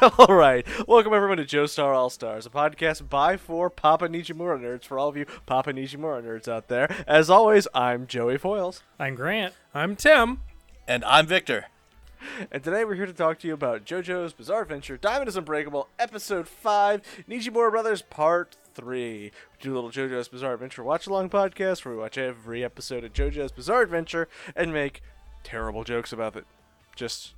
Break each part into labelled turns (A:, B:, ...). A: all right. Welcome, everyone, to Joe Star All Stars, a podcast by for Papa Nijimura nerds, for all of you Papa Nijimura nerds out there. As always, I'm Joey Foyles.
B: I'm Grant.
C: I'm Tim.
D: And I'm Victor.
A: And today we're here to talk to you about JoJo's Bizarre Adventure, Diamond is Unbreakable, Episode 5, Nijimura Brothers, Part 3. We do a little JoJo's Bizarre Adventure watch along podcast where we watch every episode of JoJo's Bizarre Adventure and make terrible jokes about it. Just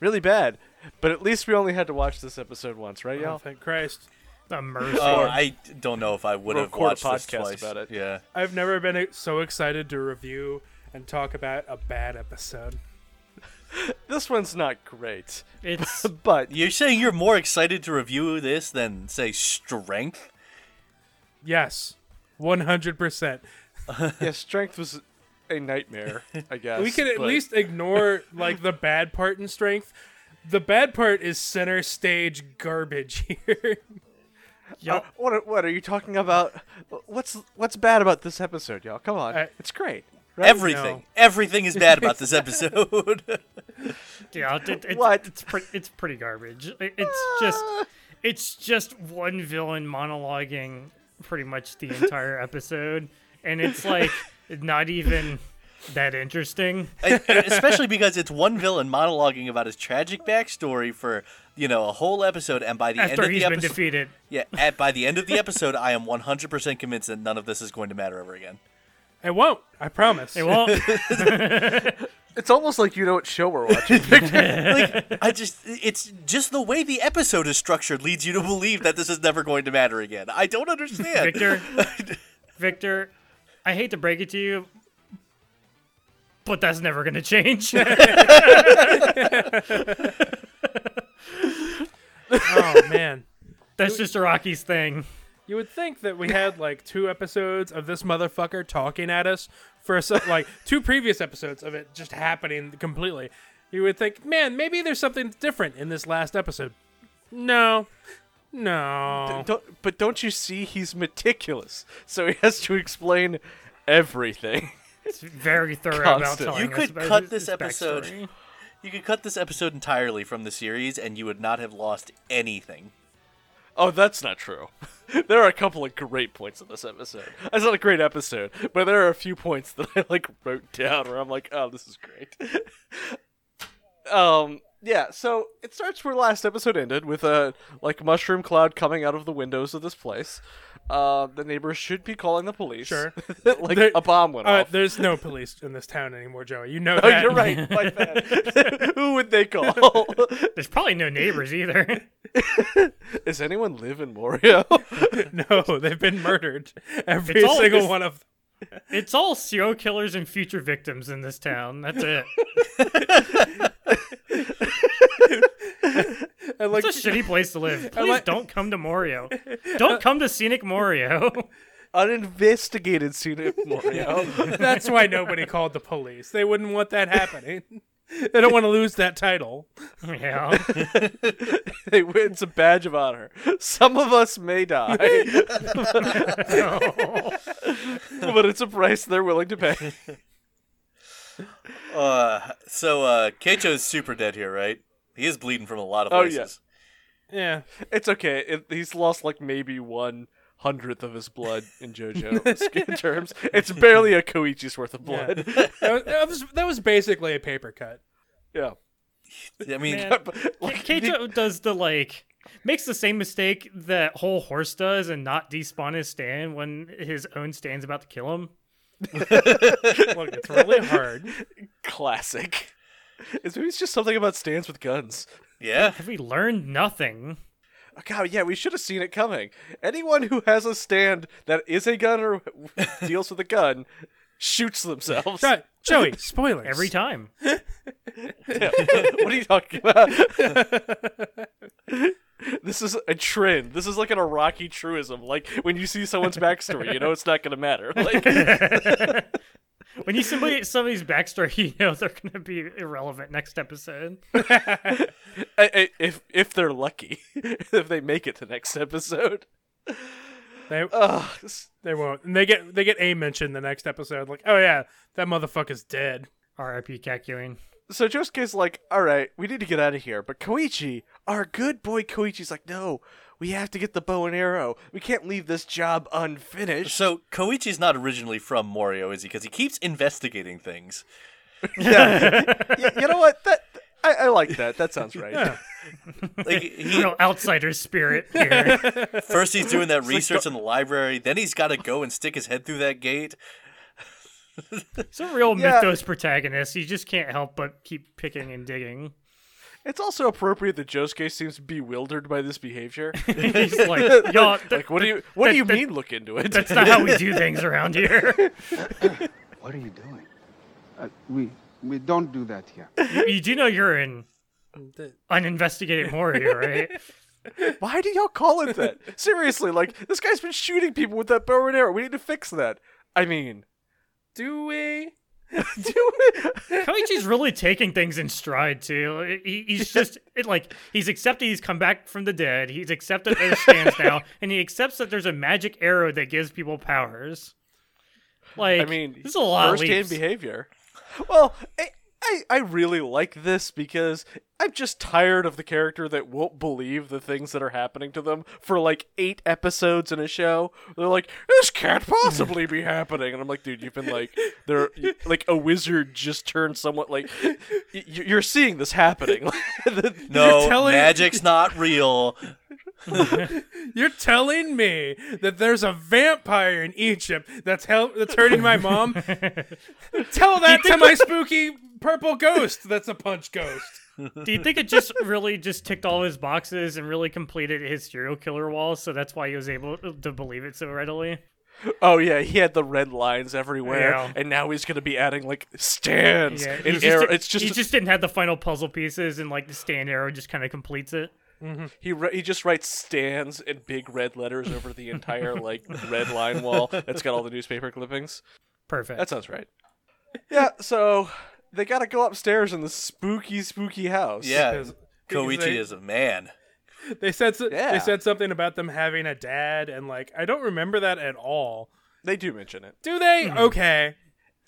A: really bad. But at least we only had to watch this episode once, right,
C: Oh,
A: y'all?
C: thank Christ.
B: A mercy.
D: Oh, I don't know if I would
A: We'll
D: have
A: record a
D: watched this
A: podcast
D: twice.
A: about it.
D: Yeah,
C: I've never been so excited to review and talk about a bad episode.
A: This one's not great,
B: it's
A: but
D: you're saying you're more excited to review this than say Strength.
C: Yes, 100%.
A: yeah, Strength was a nightmare, I guess.
C: We can at
A: but-
C: least ignore like the bad part in strength. The bad part is center stage garbage here.
A: Uh, what, are- what are you talking about? What's what's bad about this episode, y'all? Come on,
C: Uh,
A: it's great.
D: Everything,
C: know.
D: everything is bad about this episode.
B: Oh, yeah, it, it's,
A: What?
B: it's pretty it's pretty garbage. It- it's just
D: Ah.
B: it's just one villain monologuing pretty much the entire episode and it's like not even that interesting.
D: And- and especially because it's one villain monologuing about his tragic backstory for you know a whole episode, and by the end
B: After
D: of
B: he's
D: the
B: been
D: episode,
B: defeated.
D: yeah, at, by the end of the episode, I am 100% convinced that none of this is going to matter ever again.
C: It won't. I promise.
B: It won't
A: It's almost like you know what show we're watching.
D: Like, I just, it's just the way the episode is structured leads you to believe that this is never going to matter again. I don't understand.
B: Victor Victor, I hate to break it to you, but that's never gonna change.
C: Oh man.
B: that's just a Rockies thing.
C: You would think that we had like two episodes of this motherfucker talking at us for a, se- like two previous episodes of it just happening completely. You would think, man, maybe there's something different in this last episode. No, no.
A: Don't- but don't you see he's meticulous, so he has to explain everything.
B: It's very thorough
A: Constant.
B: about telling
D: You
B: us
D: could
B: about
D: cut
B: his-
D: this
B: his
D: episode.
B: backstory.
D: You could cut this episode entirely from the series, and you would not have lost anything.
A: Oh, that's not true. There are a couple of great points in this episode. That's not a great episode, but there are a few points that I like wrote down where I'm like, oh, this is great. um, yeah. So it starts where last episode ended with a like mushroom cloud coming out of the windows of this place. Uh, the neighbors should be calling the police.
C: Sure.
A: like
C: There-
A: a bomb went
C: Uh,
A: off.
C: there's no police in this town anymore, Joey. You know
A: Oh,
C: that.
A: you're right. My bad. Who would they call?
B: There's probably no neighbors either.
A: Does anyone live in Morio?
C: No, they've been murdered. Every
B: It's all
C: single
B: this-
C: one of them.
B: it's all serial killers and future victims in this town. That's it.
C: And, like,
B: It's a shitty place to live. Please
C: like-
B: don't come to Morio. Don't come to scenic Morio.
A: Uninvestigated scene of Morio.
C: that's why nobody called the police. They wouldn't want that happening. They don't want to lose that title.
B: yeah.
A: they win. It's a badge of honor. Some of us may die, but it's a price they're willing to pay.
D: Uh, so uh, Keicho's super dead here, right? He is bleeding from a lot of
A: Oh,
D: places.
C: Yeah.
A: It's okay. It, he's lost like maybe one hundredth of his blood in JoJo skin terms. It's barely a Koichi's worth of
C: Yeah.
A: blood.
C: that, was, that was that was basically a paper cut.
A: Yeah.
D: I mean,
B: Man.
A: But, like,
B: Kaito does the like makes the same mistake that whole horse does and not despawn his stand when his own stand's about to kill him.
C: Look, it's really hard.
A: classic. It's maybe it's just something about stands with guns.
D: yeah.
B: Have we learned nothing?
A: Oh, God, yeah, we should have seen it coming. Anyone who has a stand that is a gun or deals with a gun shoots themselves.
C: Jo- Joey, spoilers.
B: Every time.
A: Yeah. what are you talking about? this is a trend. This is like an Iraqi truism. Like when you see someone's backstory, you know it's not going to matter. Like
B: When you somebody somebody's backstory, you know they're gonna be irrelevant next episode.
A: I- I- if if they're lucky, if they make it to next episode.
C: They,
A: Ugh, s-
C: they won't. And they get they get a mention the next episode. Like, oh yeah, that motherfucker's dead.
B: R.I.P. Kakuin.
A: so Josuke's like, "All right, we need to get out of here." But Koichi, our good boy Koichi's like, no, we have to get the bow and arrow. We can't leave this job unfinished.
D: So Koichi's not originally from Morio, is he? Because he keeps investigating things.
A: yeah. Y- you know what? That I, I like that. That sounds right.
D: Like he,
B: Real outsider spirit here.
D: first he's doing that research in the library, then he's got to go and stick his head through that gate.
B: It's a real
A: Yeah.
B: mythos protagonist. You just can't help but keep picking and digging.
A: It's also appropriate that Josuke seems bewildered by this behavior.
B: He's like, y'all, th-
A: Like, what do you what do
B: that-
A: you
B: that-
A: mean? Look into it.
B: that's not how we do things around here.
E: What are you doing? Uh, we we don't do that here.
B: You, you do know you're in uninvestigated Moria, right?
A: Why do y'all call it that? Seriously, like this guy's been shooting people with that bow and arrow. We need to fix that. I mean,
C: Do we?
A: do it.
B: Koichi's really taking things in stride too. He, he's just it, like he's accepted he's come back from the dead. He's accepted their stance now, and he accepts that there's a magic arrow that gives people powers. Like
A: I mean,
B: this is a lot of
A: first hand
B: leaps.
A: behavior. Well, I, I I really like this because I'm just tired of the character that won't believe the things that are happening to them for like eight episodes in a show. They're like, this can't possibly be happening, and I'm like, dude, you've been like, there, like a wizard just turned somewhat like, y- y- you're seeing this happening.
D: No,
C: telling-
D: magic's not real.
C: You're telling me that there's a vampire in Egypt that's hel- that's hurting my mom? Tell that to my spooky purple ghost that's a punch ghost.
B: Do you think it just really just ticked all his boxes and really completed his serial killer wall? So that's why he was able to believe it so readily.
A: Oh yeah, he had the red lines everywhere,
B: Yeah.
A: and now he's gonna be adding like stands.
B: Yeah,
A: and
B: he just
A: arrow-
B: di-
A: it's just
B: he just didn't have the final puzzle pieces, and like the stand arrow just kind of completes it.
A: he ri- he just writes stands in big red letters over the entire like red line wall that's got all the newspaper clippings.
B: Perfect.
A: That sounds right. Yeah, so they gotta go upstairs in the spooky, spooky house.
D: Yeah,
C: Because- because
D: Koichi
C: they-
D: is a man.
C: They said so-
A: Yeah.
C: they said something about them having a dad and like I don't remember that at all.
A: they do mention it.
C: Do they? Okay.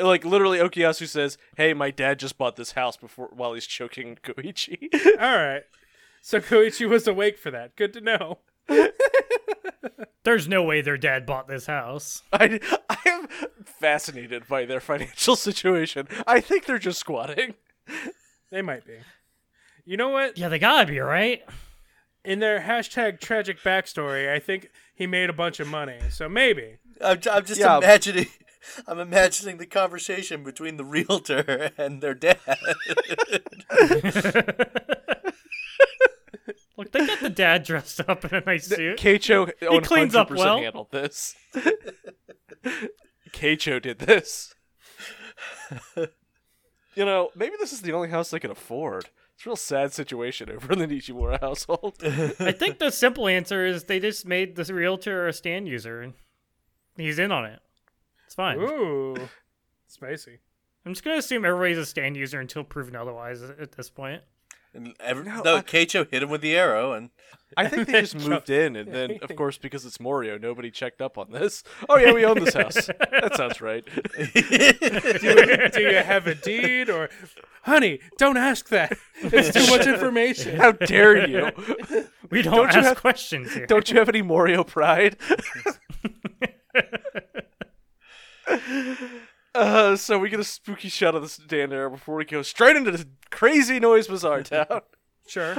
A: Like literally, Okuyasu says, "Hey, my dad just bought this house before while he's choking Koichi."
C: All right. So Koichi was awake for that. Good to know.
B: There's no way their dad bought this house.
A: I I am fascinated by their financial situation. I think they're just squatting.
C: They might be. You know what?
B: Yeah, they gotta be right.
C: In their hashtag tragic backstory, I think he made a bunch of money. So maybe.
D: I'm, I'm just
A: Yeah.
D: imagining. I'm imagining the conversation between the realtor and their dad.
B: Look, they got the dad dressed up in a nice suit.
A: Keicho he
B: cleans up well.
A: handled this. Keicho did this. you know, maybe this is the only house they could afford. It's a real sad situation over in the Nishimura household.
B: I think the simple answer is they just made the realtor a stand user, and he's in on it. It's fine.
C: Ooh. Spicy.
B: I'm just gonna assume everybody's a stand user until proven otherwise at this point.
D: and every, no,
A: No, I-
D: Keicho hit him with the arrow, and
A: I think they just moved in, and then, of course, because it's Morio, nobody checked up on this. Oh, yeah, we own this house. That sounds right.
C: Do you have a deed or honey, don't ask that. It's too much information.
A: How dare you?
B: We don't,
A: Don't you
B: ask
A: have-
B: questions here.
A: Don't you have any Morio pride? uh, so we get a spooky shot of this stand arrow before we go straight into this crazy noise bizarre town.
C: Sure.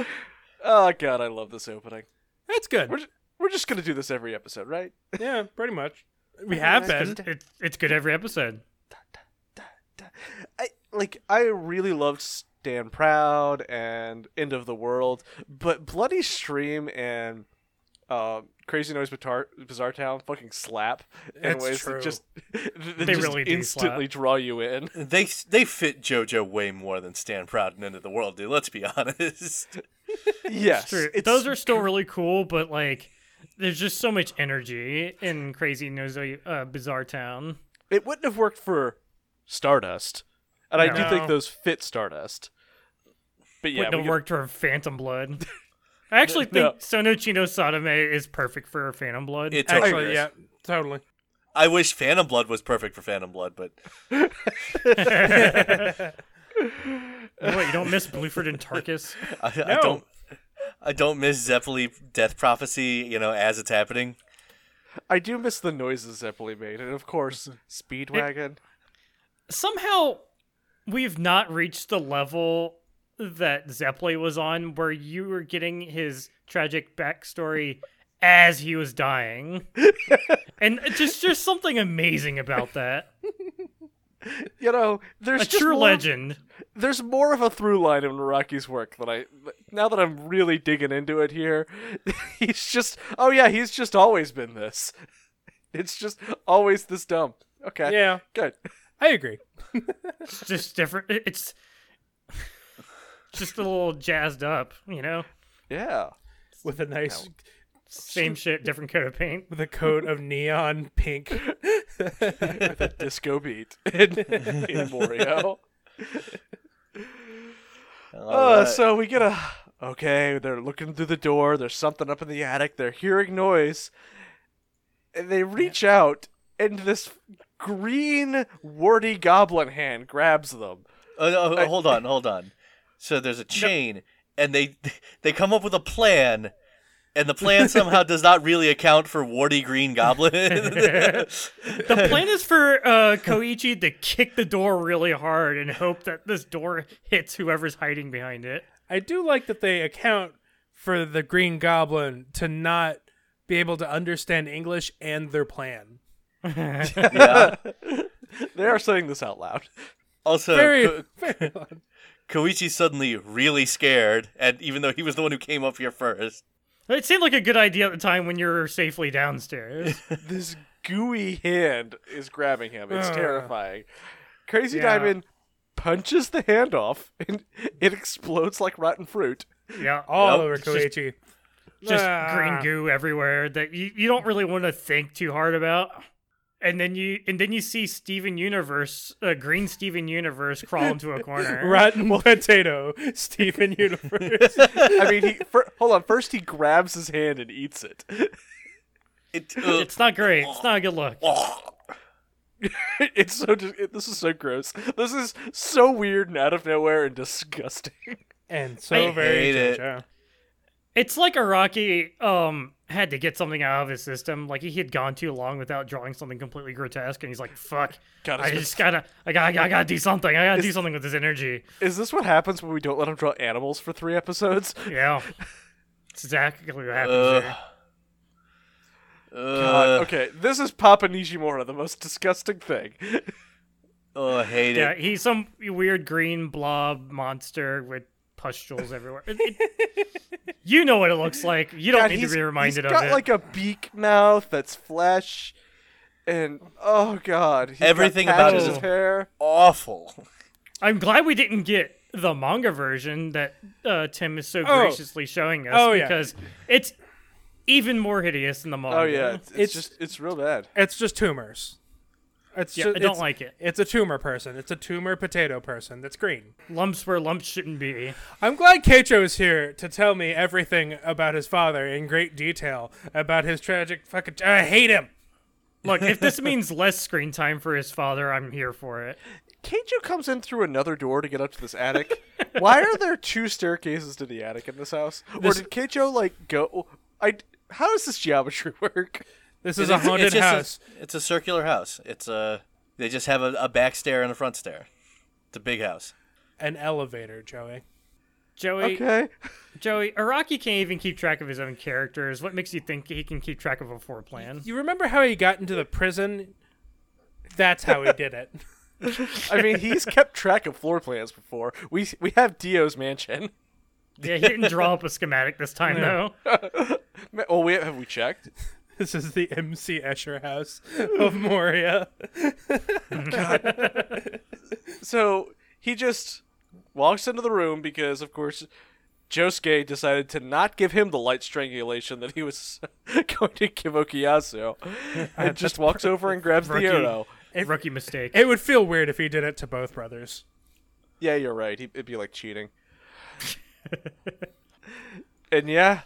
A: oh god, I love this opening.
C: That's
A: We're
C: good.
A: ju- we're just gonna do this every episode, right?
C: Yeah, pretty much. We have been.
B: It's it's good every episode.
A: I like I really loved Stand Proud and End of the World, but Bloody Stream and uh, Crazy Noise Bizarre, Bizarre Town fucking slap in
C: That's
A: ways
C: true.
A: that just that
B: They
A: just
B: really do
A: instantly
B: slap.
A: draw you in.
D: they they fit JoJo way more than Stan Proud and End of the World do. Let's be honest.
A: yes,
B: True.
A: it's-
B: Those are still really cool, but like, there's just so much energy in Crazy Nosy uh, Bizarre Town.
A: it wouldn't have worked for Stardust, and I do
B: No.
A: think those fit Stardust. But yeah,
B: wouldn't
A: we
B: have
A: get-
B: worked for Phantom Blood. I actually think
A: No.
B: Sonochino Sadame is perfect for Phantom Blood.
D: It totally
C: Actually,
D: is.
C: yeah, totally.
D: I wish Phantom Blood was perfect for Phantom Blood, but
B: Uh, what, you don't miss Blueford and Tarkus?
D: I, I
C: No.
D: don't. I don't miss Zeppeli death prophecy, you know, as it's happening.
A: I do miss the noises Zeppeli made, and of course,
B: Mm-hmm.
A: Speedwagon.
B: somehow we've not reached the level that Zeppeli was on where you were getting his tragic backstory as he was dying. and it just there's something amazing about that.
A: You know, there's
B: A
A: just
B: true
A: more-
B: legend.
A: There's more of a through line in Meraki's work than I. Now that I'm really digging into it here, he's just. Oh yeah, he's just always been this. It's just always this dumb. Okay.
C: Yeah,
A: Good.
C: I agree.
B: It's just different it- it's just a little jazzed up, you know?
A: Yeah.
C: With a nice,
B: Same shit, different coat of paint.
C: with a coat of neon pink.
A: Disco beat in, in Wario. Uh, So we get a okay. They're looking through the door. There's something up in the attic. They're hearing noise, and they reach out, and this green warty goblin hand grabs them.
D: Oh, no, oh, hold on, hold on. So there's a chain, and they they come up with a plan, and the plan somehow does not really account for Warty Green Goblin.
B: The plan is for uh, Koichi to kick the door really hard and hope that this door hits whoever's hiding behind it.
C: I do like that they account for the Green Goblin to not be able to understand English and their plan.
D: yeah.
A: They are saying this out loud.
D: Also, Ko-
C: Very, very
D: Koichi's suddenly really scared, and even though he was the one who came up here first,
B: It seemed like a good idea at the time when you're safely downstairs.
A: This gooey hand is grabbing him. It's
C: Ugh.
A: terrifying. Crazy
C: Yeah.
A: Diamond punches the hand off, and it explodes like rotten fruit.
B: yeah,
C: all
D: Yep.
C: over
D: It's
C: Koichi.
B: just
C: Ah.
B: green goo everywhere that you, you don't really want to think too hard about. And then you and then you see Steven Universe, uh, green Steven Universe, crawl into a corner.
C: Rotten potato, Steven Universe.
A: I mean, he fir- hold on. First, he grabs his hand and eats it.
D: it
B: It's not great. It's not a good look.
A: it's so. dis- It, this is so gross. This is so weird and out of nowhere and disgusting.
C: and so
B: I
C: very
D: hate it.
C: JoJo.
B: It's like Araki um had to get something out of his system. Like he had gone too long without drawing something completely grotesque, and he's like, "Fuck,
A: God,
B: I
A: it's-
B: just gotta, I gotta, I gotta do something. I gotta do something with this energy."
A: Is this what happens when we don't let him draw animals for three episodes?
B: Yeah, it's exactly what happens. here. Uh.
A: God, Uh,
D: uh,
A: okay, this is Papa Nishimura, the most disgusting thing.
D: Oh, I hate
B: Yeah,
D: it.
B: he's some weird green blob monster with pustules everywhere. It- it- you know what it looks like. You don't
A: God,
B: need to
A: he's-
B: be reminded
A: he's
B: of
A: got
B: it.
A: like a beak mouth that's flesh, and oh god, he's got
D: Everything about
A: patches
B: his-
A: of hair.
D: Awful.
B: I'm glad we didn't get the manga version that uh, Tim is so
C: Oh.
B: graciously showing us
C: Oh, yeah.
B: because it's even more hideous than the manga.
A: Oh yeah, it's, it's,
C: It's-
A: just it's real bad.
C: It's just tumors. It's
B: Yeah,
C: ju-
B: I don't
C: it's-
B: like it.
C: It's a tumor person. It's a tumor potato person. That's green.
B: Lumps where lumps shouldn't be.
C: I'm glad Keicho is here to tell me everything about his father in great detail about his tragic fucking. I hate him.
B: Look, if this means less screen time for his father, I'm here for it.
A: Keijo comes in through another door to get up to this attic. Why are there two staircases to the attic in this house?
C: This-
A: Or did Keijo like go? I how does this geometry work?
C: This is a haunted
D: just a-
C: house.
D: it's a circular house. It's a. They just have a, a back stair and a front stair. It's a big house.
C: An elevator, Joey.
B: Joey,
A: Okay,
B: Joey, Araki can't even keep track of his own characters. What makes you think he can keep track of a floor plan?
C: You remember how he got into the prison? That's how he did it.
A: I mean he's kept track of floor plans before. We we have Dio's mansion.
B: Yeah, he didn't draw up a schematic this time though.
A: Ma- Oh wait, have we checked?
C: This is the M.C. Escher house of Moria.
A: So he just walks into the room because of course. Josuke decided to not give him the light strangulation that he was going to give Okuyasu, and just walks over and grabs the
B: rookie.
A: arrow.
B: Rookie mistake.
C: It would feel weird if he did it to both brothers.
A: Yeah, you're right. He- It'd be like cheating. and yeah,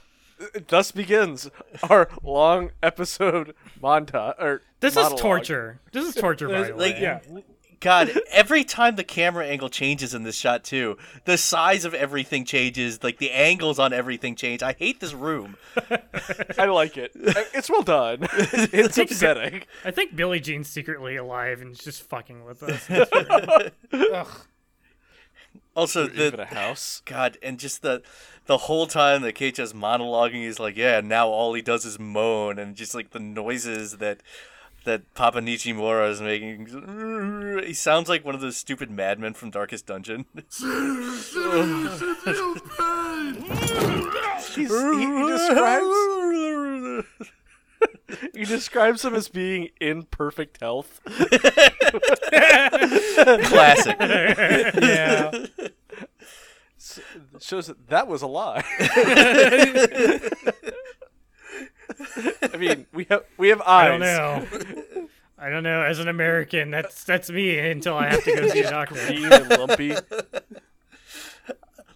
A: thus begins our long episode montage. Or
B: this
A: monologue.
B: is torture. This is torture, by the way.
D: Like,
C: Yeah.
D: God, every time the camera angle changes in this shot too, the size of everything changes, like the angles on everything change. I hate this room.
A: I like it. I- It's well done. It's upsetting.
B: I think Billie Jean's secretly alive and is just fucking with us.
D: Also,
A: Even a
D: the
A: house.
D: God, and just the the whole time that Kate just monologuing, he's like, "Yeah, now all he does is moan," and just like the noises that that Papa Nichimura is making. He sounds like one of those stupid madmen from Darkest Dungeon.
A: He's, he, he describes he describes him as being in perfect health.
D: Classic.
C: Yeah.
A: Shows that that was a lie. I mean, we have we have eyes.
B: I don't know. I don't know. As an American, that's that's me until I have to go see a doctor.
A: Green and lumpy.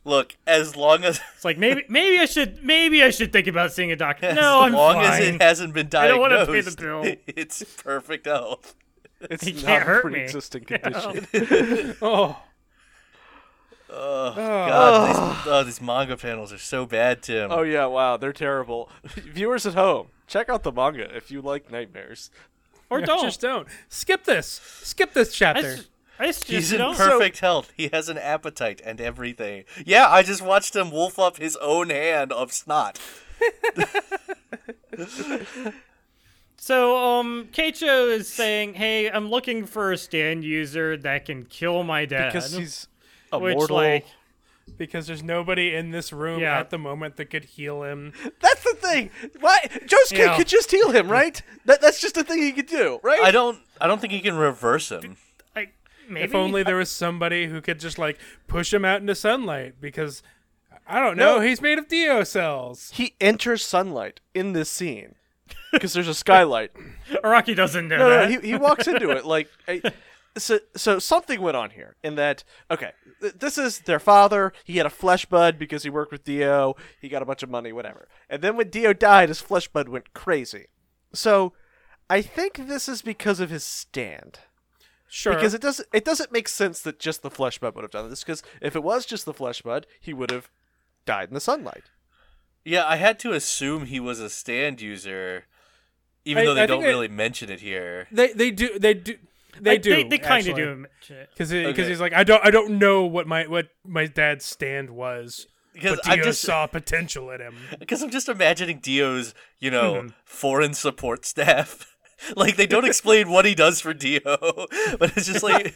D: Look, as long as
B: It's like maybe maybe I should maybe I should think about seeing a doctor. No,
D: as
B: I'm
D: long
B: fine.
D: as it hasn't been
B: don't
D: diagnosed,
B: wanna pay the bill.
D: it's perfect health.
A: It's
B: He
A: not
B: can't
A: a
B: hurt me.
A: pre-existing condition.
C: Oh.
D: God, these, oh, these manga panels are so bad, Tim.
A: Oh yeah, wow, they're terrible. Viewers at home, check out the manga if you like nightmares.
B: or don't.
C: Just don't. Skip this. Skip this
B: I,
C: chapter.
B: s- I s-
D: He's
B: just
D: in
B: don't.
D: perfect health. He has an appetite and everything. Yeah, I just watched him wolf up his own hand of snot.
B: So, um, Keicho is saying, "Hey, I'm looking for a stand user that can kill my dad."
A: Because he's
B: which,
A: immortal.
B: like,
C: because there's nobody in this room
B: Yeah.
C: at the moment that could heal him.
A: That's the thing. Why Josuke
B: Yeah.
A: could just heal him, right? That that's just a thing he could do, right?
D: I don't. I don't think he can reverse him.
B: I, maybe
C: If only there was somebody who could just like push him out into sunlight because I don't know, he's made of Dio cells.
A: He enters sunlight in this scene because there's a skylight.
B: Araki doesn't know
A: No, no,
B: that.
A: he, he walks into it like. I, so, so something went on here in that okay th- this is their father he had a flesh bud because he worked with dio he got a bunch of money whatever and then when dio died his flesh bud went crazy so i think this is because of his stand
C: Sure.
A: because it doesn't it doesn't make sense that just the flesh bud would have done this because if it was just the flesh bud he would have died in the sunlight
D: Yeah, I had to assume he was a stand user, even
C: I-
D: though they
C: I think
D: don't
C: they-
D: really mention it here.
C: they they do they do they
B: I-
C: do
B: They, they kind
C: actually.
B: of do mention it.
C: because
D: Okay.
C: he's like I don't I don't know what my what my dad's stand was
D: Because
C: but
D: I
C: Dio
D: just-
C: saw potential in him.
D: Because I'm just imagining Dio's, you know,
A: Mm-hmm.
D: foreign support staff. Like they don't explain what he does for Dio, but it's just like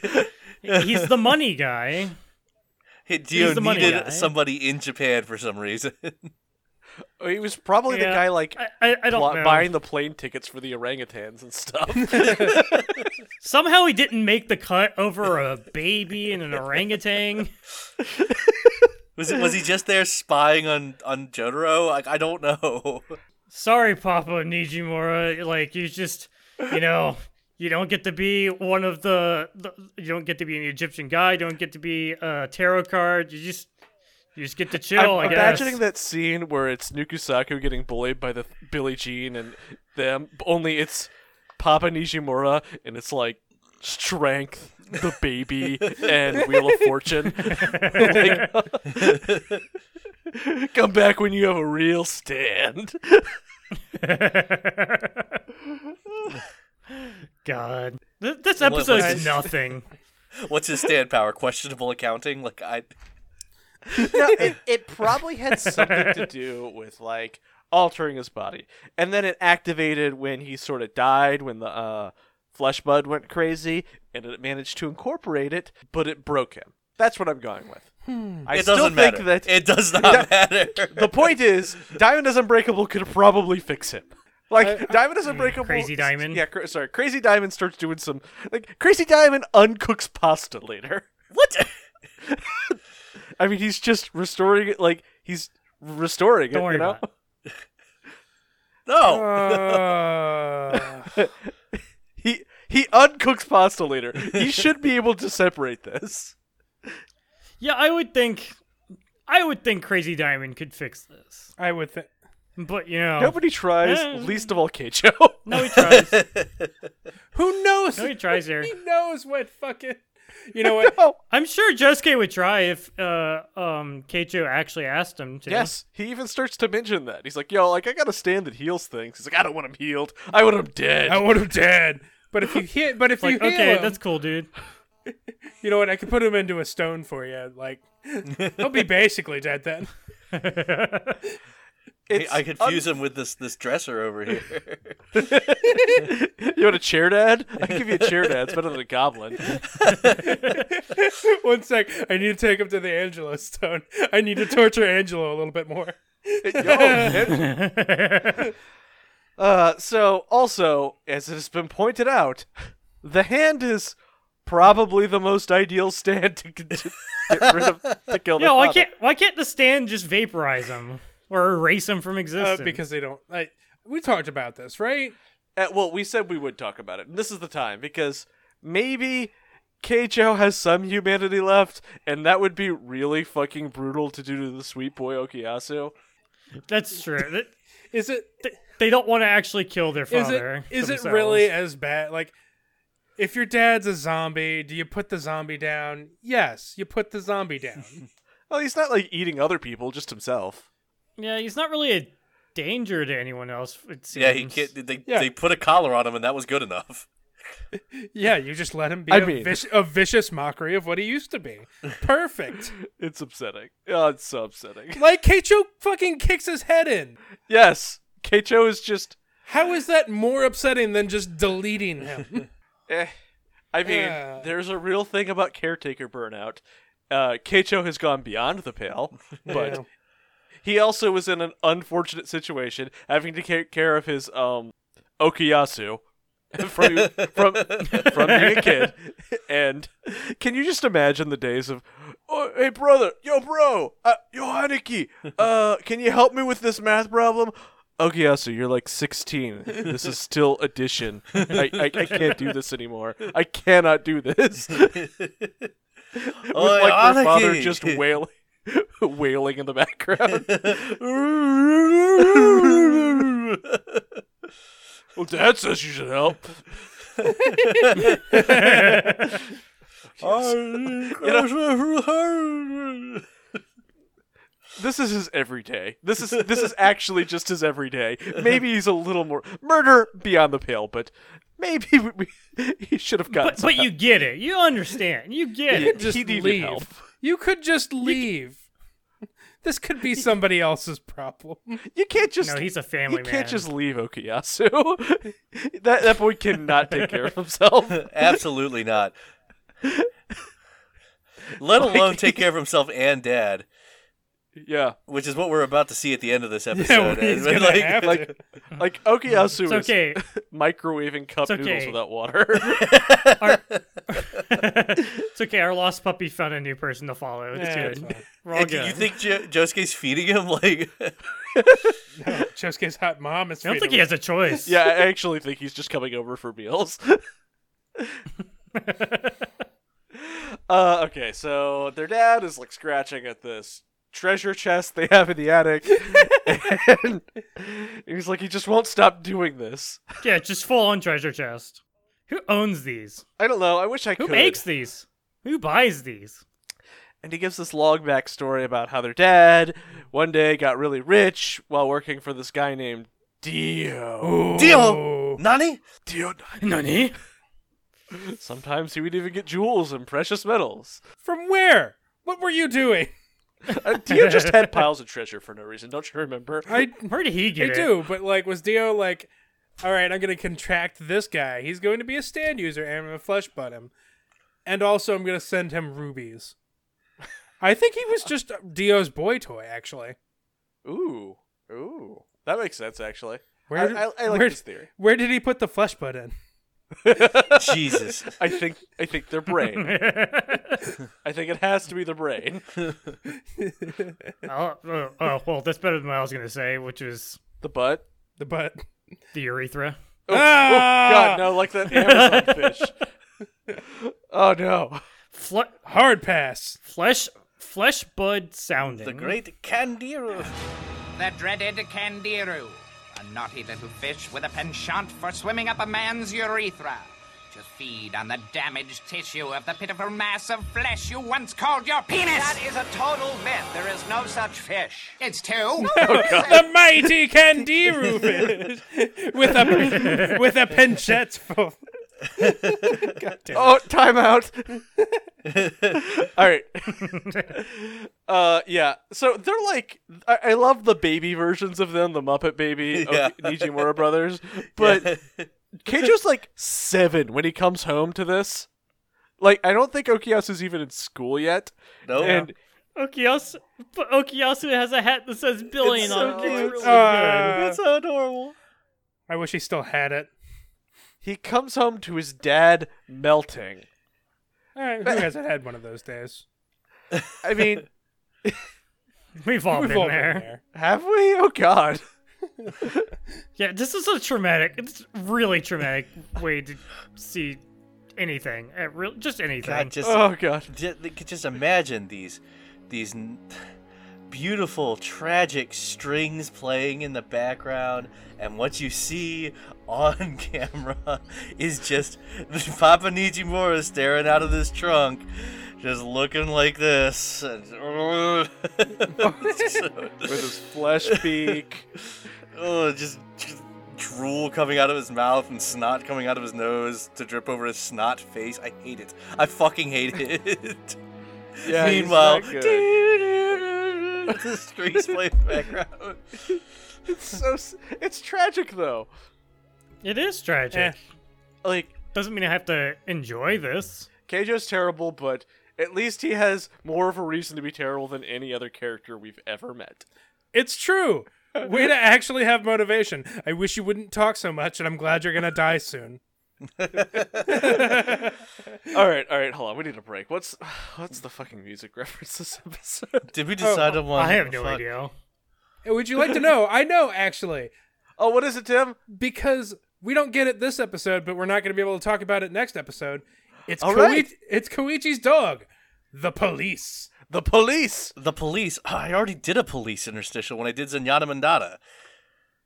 B: He's the money guy.
D: Dio
B: He's the money
D: needed
B: guy.
D: somebody in Japan for some reason.
A: Oh, he was probably the
B: Yeah.
A: guy like
B: I, I, I don't
A: pl-
B: know.
A: buying the plane tickets for the orangutans and stuff
B: Somehow he didn't make the cut over a baby and an orangutan.
D: was it, was he just there spying on on Jotaro? Like I don't know.
B: Sorry, Papa Nijimura. Like you just, you know, you don't get to be one of the, the you don't get to be an Egyptian guy. You don't get to be a tarot card. You just, you just get to chill.
A: I'm
B: I
A: imagining
B: guess.
A: that scene where it's Nukusaku getting bullied by the Billie Jean and them, only it's Papa Nishimura, and it's like strength, the baby, and Wheel of Fortune. Like, come back when you have a real stand.
B: God, Th- this
D: What was
B: episode's
D: it?
B: nothing.
D: What's his stand power? Questionable accounting. Like I
A: no, it, it probably had something to do with like altering his body, and then it activated when he sort of died, when the uh, flesh bud went crazy, and it managed to incorporate it, but it broke him. That's what I'm going with. I
B: Hmm.
D: it
A: still
D: doesn't
A: think
D: matter.
A: that
D: It does not matter.
A: the point is Diamond is Unbreakable could probably fix him. Like Diamond is Unbreakable,
B: Hmm, Crazy Diamond.
A: Yeah, cra- sorry, Crazy Diamond starts doing some like Crazy Diamond uncooks pasta later.
D: what?
A: I mean, he's just restoring it. Like he's restoring
B: Don't
A: it.
B: worry
A: you know.
B: about it.
D: No.
C: Uh,
A: He he uncooks pasta later. He should be able to separate this.
B: Yeah, I would think, I would think Crazy Diamond could fix this.
C: I would think
B: But you know,
A: Nobody tries,
B: Eh.
A: least of all Keicho.
B: no, he tries.
C: Who knows?
B: No, he tries here.
C: He knows what fucking. You know what?
A: Oh,
B: I'm sure Josuke would try if uh, um, Keicho actually asked him to.
A: Yes, he even starts to mention that. He's like, yo, like, I got a stand that heals things. He's like, I don't want him healed. I want him dead.
C: I want him dead. But if you hit, but if
B: Like,
C: you heal
B: okay,
C: him,
B: that's cool, dude.
C: you know what? I could put him into a stone for you. Like, he'll be basically dead then.
A: It's
D: I confuse him with this this dresser over here.
A: You want a chair dad? I can give you a chair dad. It's better than a goblin.
C: One sec. I need to take him to the Angelo stone. I need to torture Angelo a little bit more.
A: Yo, man. uh, so, also, as it has been pointed out, the hand is probably the most ideal stand to, to get rid of to kill the
B: Yeah, why
A: father.
B: can't why can't the stand just vaporize him or erase him from
C: Uh,
B: existence?
C: because they don't. Like, we talked about this, right?
A: Uh, well, we said we would talk about it. And this is the time because maybe Keijo has some humanity left, and that would be really fucking brutal to do to the sweet boy Okuyasu.
B: that's true. That-
C: Is it?
B: They don't want to actually kill their
C: Is
B: father.
C: it? Is it
B: themselves.
C: really as bad? Like, if your dad's a zombie, do you put the zombie down? Yes, you put the zombie down.
A: Well, he's not like eating other people, just himself.
B: Yeah, he's not really a danger to anyone else. It seems.
D: yeah, he can't, they
C: Yeah.
D: they put a collar on him, and that was good enough.
C: Yeah, you just let him be
A: I
C: a
A: mean-
C: vic- a vicious mockery of what he used to be. Perfect.
A: It's upsetting. Oh, it's so upsetting.
C: like Keicho fucking kicks his head in.
A: Yes, Keicho is just.
C: How is that more upsetting than just deleting him?
A: Eh. I mean,
C: Yeah.
A: there's a real thing about caretaker burnout. Uh, Keicho has gone beyond the pale, but
C: Yeah.
A: he also was in an unfortunate situation, having to take care of his um Okuyasu from from from being a kid. And can you just imagine the days of, oh, hey brother, yo bro, uh, yo Haneki, uh, can you help me with this math problem? Okuyasu, you're like 16. This is still addition. I, I, I can't do this anymore. I cannot do this. With
D: Oi,
A: like your father
D: Aniki.
A: just wailing, wailing in the background. Well, Dad says you should help. This is his everyday. This is this is actually just his everyday. Maybe he's a little more murder beyond the pale, but maybe we, we, he should have gotten.
B: But but you get it. You understand. You get
A: some-
B: it.
C: just
A: he needed
C: leave.
A: help.
C: You could just leave. This could be somebody else's problem.
A: You can't just.
B: No, he's a
A: you
B: family man.
A: can't just leave Okuyasu. that that boy cannot take care of himself.
D: Absolutely not. Let alone take care of himself and dad,
A: Yeah,
D: which is what we're about to see at the end of this
C: Yeah,
D: episode.
C: he's
D: And,
C: gonna
D: like,
C: have
A: like
C: to.
A: like Okuyasu
B: It's
A: is
B: okay.
A: microwaving cup
B: It's
A: noodles
B: okay.
A: without water.
B: It's okay. Our lost puppy found a new person to follow. It's
C: Yeah,
B: good.
C: it's fine.
B: We're all
D: and
B: good.
D: you think jo- Josuke's feeding him? Like,
C: Josuke's hot mom is.
B: I don't think he has a choice.
A: yeah, I actually think he's just coming over for meals. uh, okay, so their dad is like scratching at this treasure chest they have in the attic, and he's like, he just won't stop doing this.
B: Yeah, just full on treasure chest. Who owns these?
A: I don't know. I wish I
B: Who
A: could.
B: makes these? Who buys these?
A: And he gives this long backstory about how their dad one day got really rich while working for this guy named Dio.
C: Oh.
D: Dio, Nani,
A: Dio.
B: Nani?
A: Sometimes he would even get jewels and precious metals.
C: From where? What were you doing?
A: Uh, Dio just had piles of treasure for no reason. Don't you remember?
C: I
B: Where did he
C: I
B: get it?
C: do, but like, was Dio like, all right, I'm gonna contract this guy. He's going to be a stand user, and I'm gonna flesh butt him, and also I'm gonna send him rubies. I think he was just Dio's boy toy, actually.
A: Ooh, ooh, that makes sense actually.
C: Where
A: I, I, I like
C: where-
A: this theory.
C: Where did he put the flesh butt in?
D: Jesus.
A: I think I think their brain. I think it has to be the brain.
B: Oh, oh, oh, well, that's better than what I was gonna say, which is
A: The butt.
C: The butt.
B: the urethra.
A: Oh, oh,
C: Ah!
A: God, no! Like that Amazon fish. Oh no!
B: Fle-
C: Ah, Hard pass.
B: flesh, flesh bud sounding.
D: the great Candiru.
F: the dreaded Candiru, a naughty little fish with a penchant for swimming up a man's urethra to feed on the damaged tissue of the pitiful mass of flesh you once called your penis. That is a total myth. There is no such fish. It's two.
C: The mighty Candiru fish with a with a pinchet for
A: Oh, timeout. All right. uh, yeah. So they're like, I-, I love the baby versions of them, the Muppet Baby,
D: Yeah.
A: of Nijimura Brothers, but Keijo's like seven when he comes home to this. Like, I don't think Okiyasu's even in school yet.
D: No.
A: And
B: Okiyasu, but Okiyasu has a hat that says billion on it. It's
C: Uh,
B: really
A: that's so adorable.
C: I wish he still had it.
A: He comes home to his dad melting.
C: All right, who hasn't had one of those days?
A: I mean,
B: good. We've all,
C: We've
B: been,
C: all
B: there.
C: been there.
A: have we? Oh, God.
B: Yeah, this is a traumatic, it's really traumatic way to see anything. It real, just anything.
D: God, just
A: Oh, God.
D: just, just imagine these these n- beautiful tragic strings playing in the background and what you see on camera is just Papa Nijimura staring out of this trunk just looking like this and,
A: With his flesh beak.
D: oh, just, just drool coming out of his mouth and snot coming out of his nose to drip over his snot face I hate it I fucking hate it
A: Yeah, he's
D: Meanwhile,
A: not good.
D: the streets play in the background.
A: so s- it's tragic though.
B: It is tragic.
C: Eh.
A: Like
B: Doesn't mean I have to enjoy this.
A: Keijo's terrible, but at least he has more of a reason to be terrible than any other character we've ever met.
C: It's true. Way to actually have motivation. I wish you wouldn't talk so much, and I'm glad you're gonna die soon.
A: All right, all right, hold on. We need a break. What's what's the fucking music reference this episode?
D: Did we decide
A: Oh,
D: on one?
B: I have no
D: Fuck.
B: idea.
C: Hey, Would you like to know? I know actually,
A: Oh, what is it, Tim?
C: because we don't get it this episode, but we're not gonna be able to talk about it next episode. It's
A: All
C: Koichi-
A: right.
C: it's Koichi's dog, the police.
A: The police.
D: The police. Oh, I already did a police interstitial when I did Zenyatta Mandata.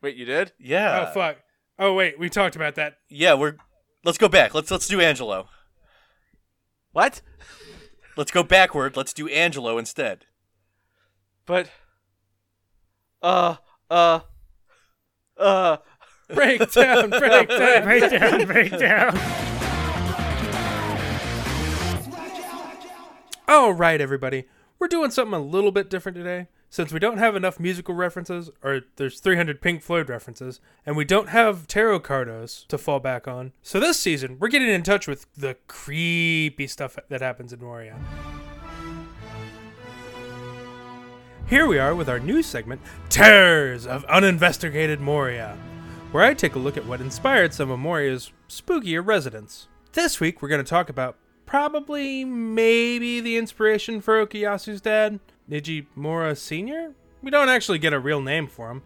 A: Wait, you did?
D: Yeah.
A: Uh,
C: oh fuck. Oh wait, we talked about that.
D: Yeah, we're. Let's go back. Let's let's do Angelo.
A: What?
D: Let's go backward. Let's do Angelo instead.
A: But uh uh uh
C: Breakdown, breakdown.
B: Breakdown, breakdown.
C: All right, everybody. We're doing something a little bit different today. Since we don't have enough musical references, or there's 300 Pink Floyd references, and we don't have tarot cardos to fall back on. So this season, we're getting in touch with the creepy stuff that happens in Moria. Here we are with our new segment, Terrors of Uninvestigated Moria, where I take a look at what inspired some of Moria's spookier residents. This week, we're going to talk about probably, maybe the inspiration for Okiyasu's dad, Nijimura Sr.? We don't actually get a real name for him,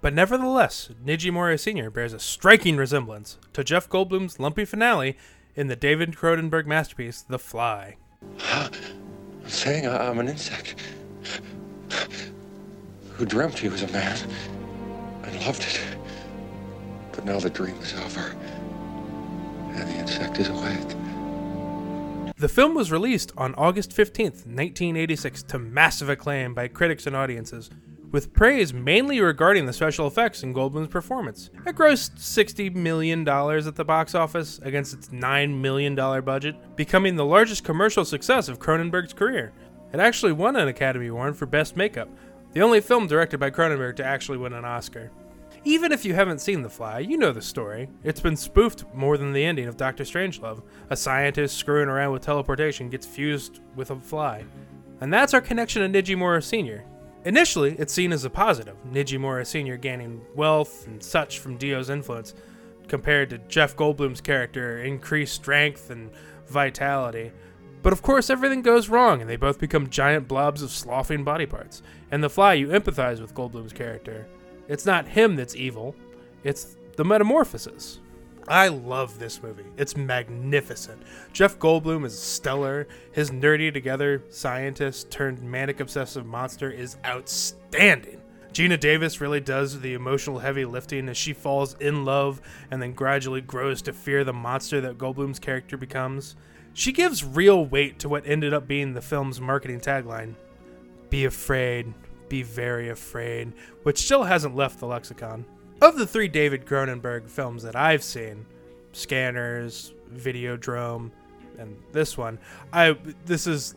C: but nevertheless, Nijimura Sr. bears a striking resemblance to Jeff Goldblum's lumpy finale in the David Cronenberg masterpiece, The Fly.
G: I'm saying I- I'm an insect who dreamt he was a man and loved it. But now the dream is over and the insect is awake.
C: The film was released on August 15th, 1986, to massive acclaim by critics and audiences, with praise mainly regarding the special effects and Goldblum's performance. It grossed $60 million at the box office against its $9 million budget, becoming the largest commercial success of Cronenberg's career. It actually won an Academy Award for Best Makeup, the only film directed by Cronenberg to actually win an Oscar. Even if you haven't seen The Fly, you know the story. It's been spoofed more than the ending of Doctor Strangelove. A scientist screwing around with teleportation gets fused with a fly. And that's our connection to Nijimura Sr. Initially, it's seen as a positive, Nijimura Sr. gaining wealth and such from Dio's influence, compared to Jeff Goldblum's character, increased strength and vitality. But of course, everything goes wrong, and they both become giant blobs of sloughing body parts. In The Fly, you empathize with Goldblum's character. It's not him that's evil, it's the metamorphosis. I love this movie. It's magnificent. Jeff Goldblum is stellar. His nerdy together scientist turned manic obsessive monster is outstanding. Gina Davis really does the emotional heavy lifting as she falls in love and then gradually grows to fear the monster that Goldblum's character becomes. She gives real weight to what ended up being the film's marketing tagline Be afraid, be very afraid, which still hasn't left the lexicon. Of the three David Cronenberg films that I've seen, Scanners, Videodrome, and this one, I this is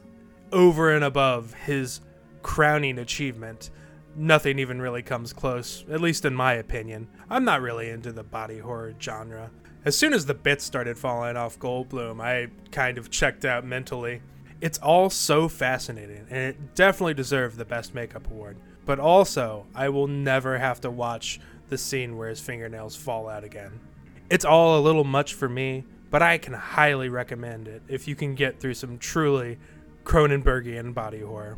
C: over and above his crowning achievement. Nothing even really comes close, at least in my opinion. I'm not really into the body horror genre. As soon as the bits started falling off Goldblum, I kind of checked out mentally. It's all so fascinating, and it definitely deserved the Best Makeup Award. But also, I will never have to watch the scene where his fingernails fall out again. It's all a little much for me, but I can highly recommend it if you can get through some truly Cronenbergian body horror.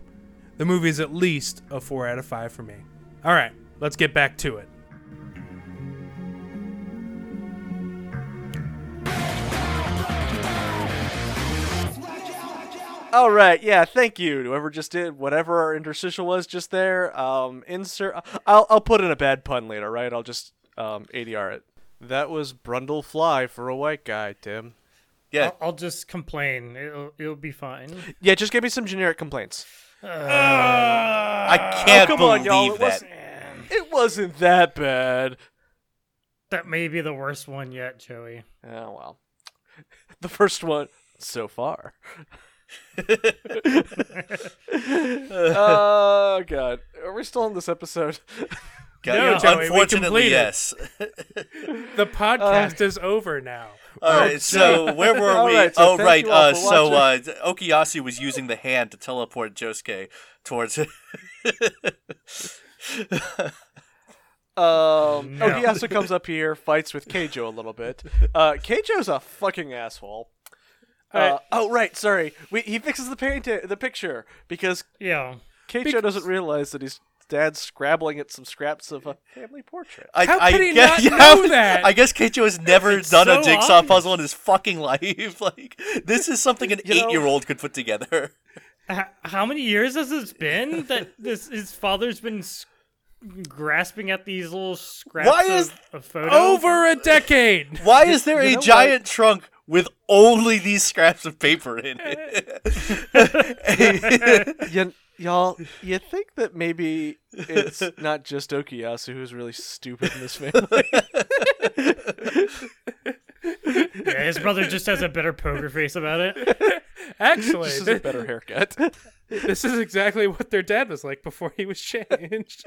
C: The movie's at least a 4 out of 5 for me. All right, let's get back to it.
A: All right, yeah, thank you. Whoever just did whatever our interstitial was just there. Um, insert. I'll I'll put in a bad pun later, right? I'll just um ADR it. That was Brundle Fly for a white guy, Tim.
D: Yeah,
B: I'll, I'll just complain. It'll, it'll be fine.
A: Yeah, just give me some generic complaints.
D: I can't
A: Uh, oh, come on, y'all,
D: believe
A: it
D: that.
A: wasn't- It wasn't that bad.
B: That may be the worst one yet, Joey.
A: Oh well, the first one so far. oh god, are we still on this episode?
D: God,
C: No, Joey, we
D: unfortunately,
C: completed.
D: yes.
C: The podcast is over now.
D: All right, so where were
A: Oh, All
D: we?
A: right, so
D: oh,
A: thank
D: right.
A: you all
D: Uh,
A: for
D: so uh, Okuyasu was using the hand to teleport Josuke towards.
A: Um,
B: No.
A: Okuyasu comes up here, fights with Keijo a little bit. Uh, Keijo's a fucking asshole. Uh, oh right, sorry. We, he fixes the paint the picture because
B: Yeah.
A: Keijo doesn't realize that his dad's scrabbling at some scraps of a family portrait.
D: I,
C: How
D: I
C: could he
D: guess,
C: not know that?
D: I guess Keicho has never done a
B: so
D: jigsaw
B: obvious.
D: puzzle in his fucking life. Like this is something an
A: You know-
D: eight-year-old could put together.
B: H- how many years has this been that this his father's been s- grasping at these little scraps
D: Why
B: of,
D: is-
B: of photos?
C: Over a decade.
D: Why is there
A: you
D: a
A: know
D: giant trunk with only these scraps of paper in it?
A: you, Uh, y'all, you think that maybe it's not just Okuyasu who's really stupid in this family?
B: Yeah, his brother just has a better poker face about it.
C: Actually,
A: this is a
C: thi-
A: better haircut.
C: this is exactly what their dad was like before he was changed.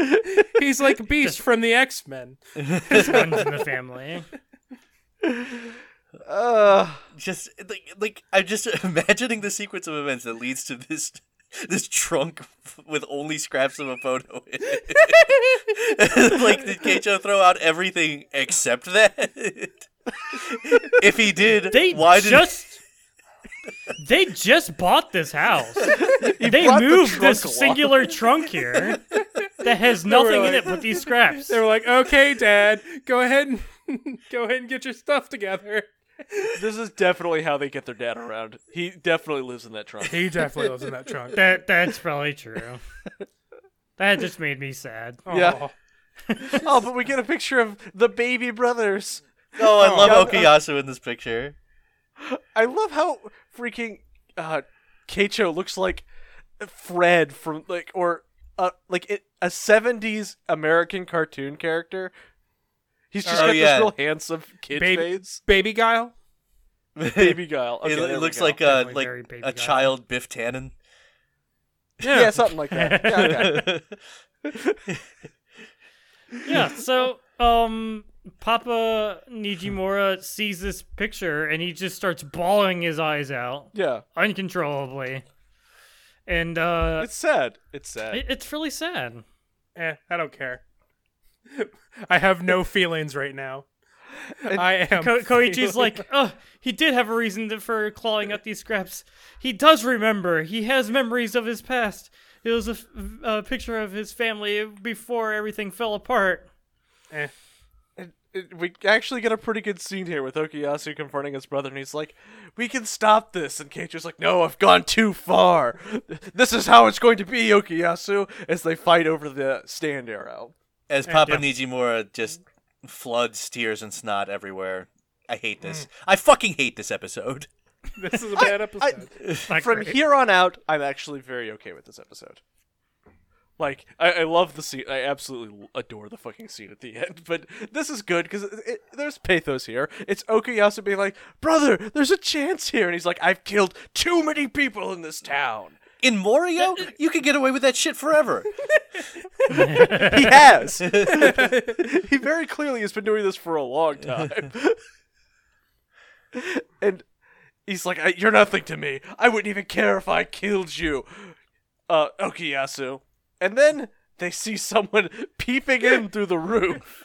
C: He's like Beast from the X Men.
B: This one's in the family.
A: Uh,
D: just like, like I'm just imagining the sequence of events that leads to this this trunk with only scraps of a photo in it. like did Keicho throw out everything except that? if he did,
B: They
D: why did
B: just they just bought this house. they
A: brought the
B: moved
A: trunk
B: this
A: along.
B: singular trunk here that has nothing in it but these scraps.
C: They were like, "Okay, Dad, go ahead and go ahead and get your stuff together."
A: this is definitely how they get their dad around. He definitely lives in that trunk.
C: He definitely lives in that trunk.
B: That that's probably true. That just made me sad.
A: Yeah. oh, but we get a picture of the baby brothers.
D: Oh, I love Okuyasu in this picture.
A: I love how freaking uh, Keicho looks like Fred from like or uh, like it, a '70s American cartoon character. He's just
D: Oh,
A: got
D: yeah.
A: this real handsome kid
C: Baby-
A: face.
C: Baby Guile.
A: Baby Guile. Okay,
D: it,
A: there
D: it
A: we
D: looks
A: go.
D: like a
B: Definitely
D: like
B: very baby
D: a
B: guy.
D: child Biff Tannen.
A: yeah. something like that. Yeah, okay.
B: Yeah, so um Papa Nijimura sees this picture and he just starts bawling his eyes out
A: yeah,
B: uncontrollably. And uh
A: it's sad. It's sad.
B: it- it's really sad.
C: Eh, I don't care. I have no feelings right now. I am.
B: Ko- Koichi's
C: feeling-
B: like, oh, he did have a reason to- for clawing at these scraps. He does remember. He has memories of his past. It was a, f- a picture of his family before everything fell apart.
C: Eh.
A: It, it- we actually get a pretty good scene here with Okuyasu confronting his brother, and he's like, "We can stop this." And Keiichi's like, "No, I've gone too far. This is how it's going to be, Okuyasu." As they fight over the stand arrow.
D: As Papa Nijimura just floods tears and snot everywhere. I hate
A: Mm.
D: this. I fucking hate this episode.
C: This is a bad
A: I,
C: episode.
B: Not
A: from
B: great.
A: here on out, I'm actually very okay with this episode. Like, I, I love the scene. I absolutely adore the fucking scene at the end. But this is good because it, it, there's pathos here. It's Okuyasu being like, "Brother, there's a chance here," and he's like, "I've killed too many people in this town."
D: In Morio, you could get away with that shit forever.
A: He has. he very clearly has been doing this for a long time. and he's like, "I- "You're nothing to me. I wouldn't even care if I killed you, uh, Okuyasu." And then they see someone peeping in through the roof.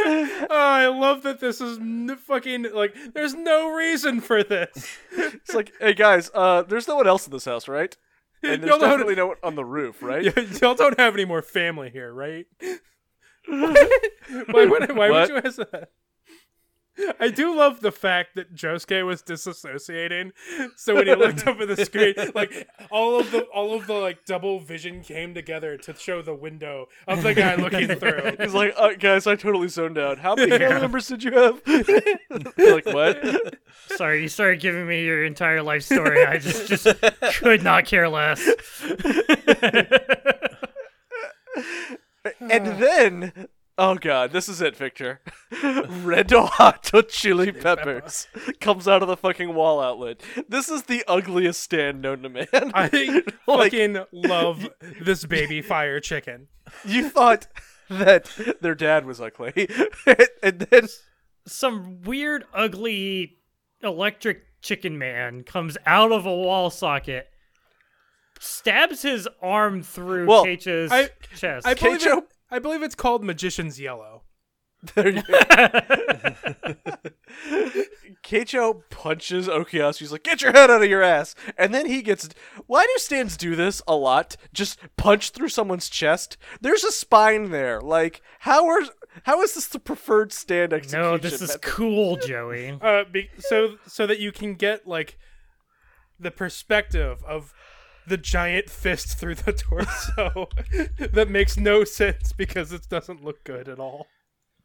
C: Oh, I love that this is n- fucking like. There's no reason for this.
A: It's like, "Hey guys, uh, there's no one else in this house, right?" And there's
C: Y'all don't-
A: definitely no one on the roof, right?
C: Y- Y'all don't have any more family here, right? why would, why
A: What?
C: would you ask that? I do love the fact that Josuke was disassociating, so when he looked up at the screen, like all of the all of the like double vision came together to show the window of the guy looking through.
A: He's like, uh, "Guys, I totally zoned out. How many family members did you have?" They're like, "What?"
B: Sorry, you started giving me your entire life story. I just just could not care less.
A: And then, oh god, this is it, Victor. Red hot chili peppers comes out of the fucking wall outlet. This is the ugliest stand known to man.
C: I
A: Like-
C: fucking love this baby fire chicken.
A: you thought that their dad was ugly, and then
B: Some weird, ugly, electric chicken man comes out of a wall socket, stabs his arm through
A: Well,
B: Keiichi's
C: I-
B: chest.
C: I believe, it,
A: Keicho-
C: I believe it's called Magician's Yellow.
A: there you Keicho punches Okuyasu. He's like, "Get your head out of your ass!" And then he gets. Why do stands do this a lot? Just punch through someone's chest. There's a spine there. Like, how are how is this the preferred stand execution?
B: no, this is
A: method?
B: cool, Joey.
C: Uh, be- so so that you can get like the perspective of the giant fist through the torso that makes no sense because it doesn't look good at all.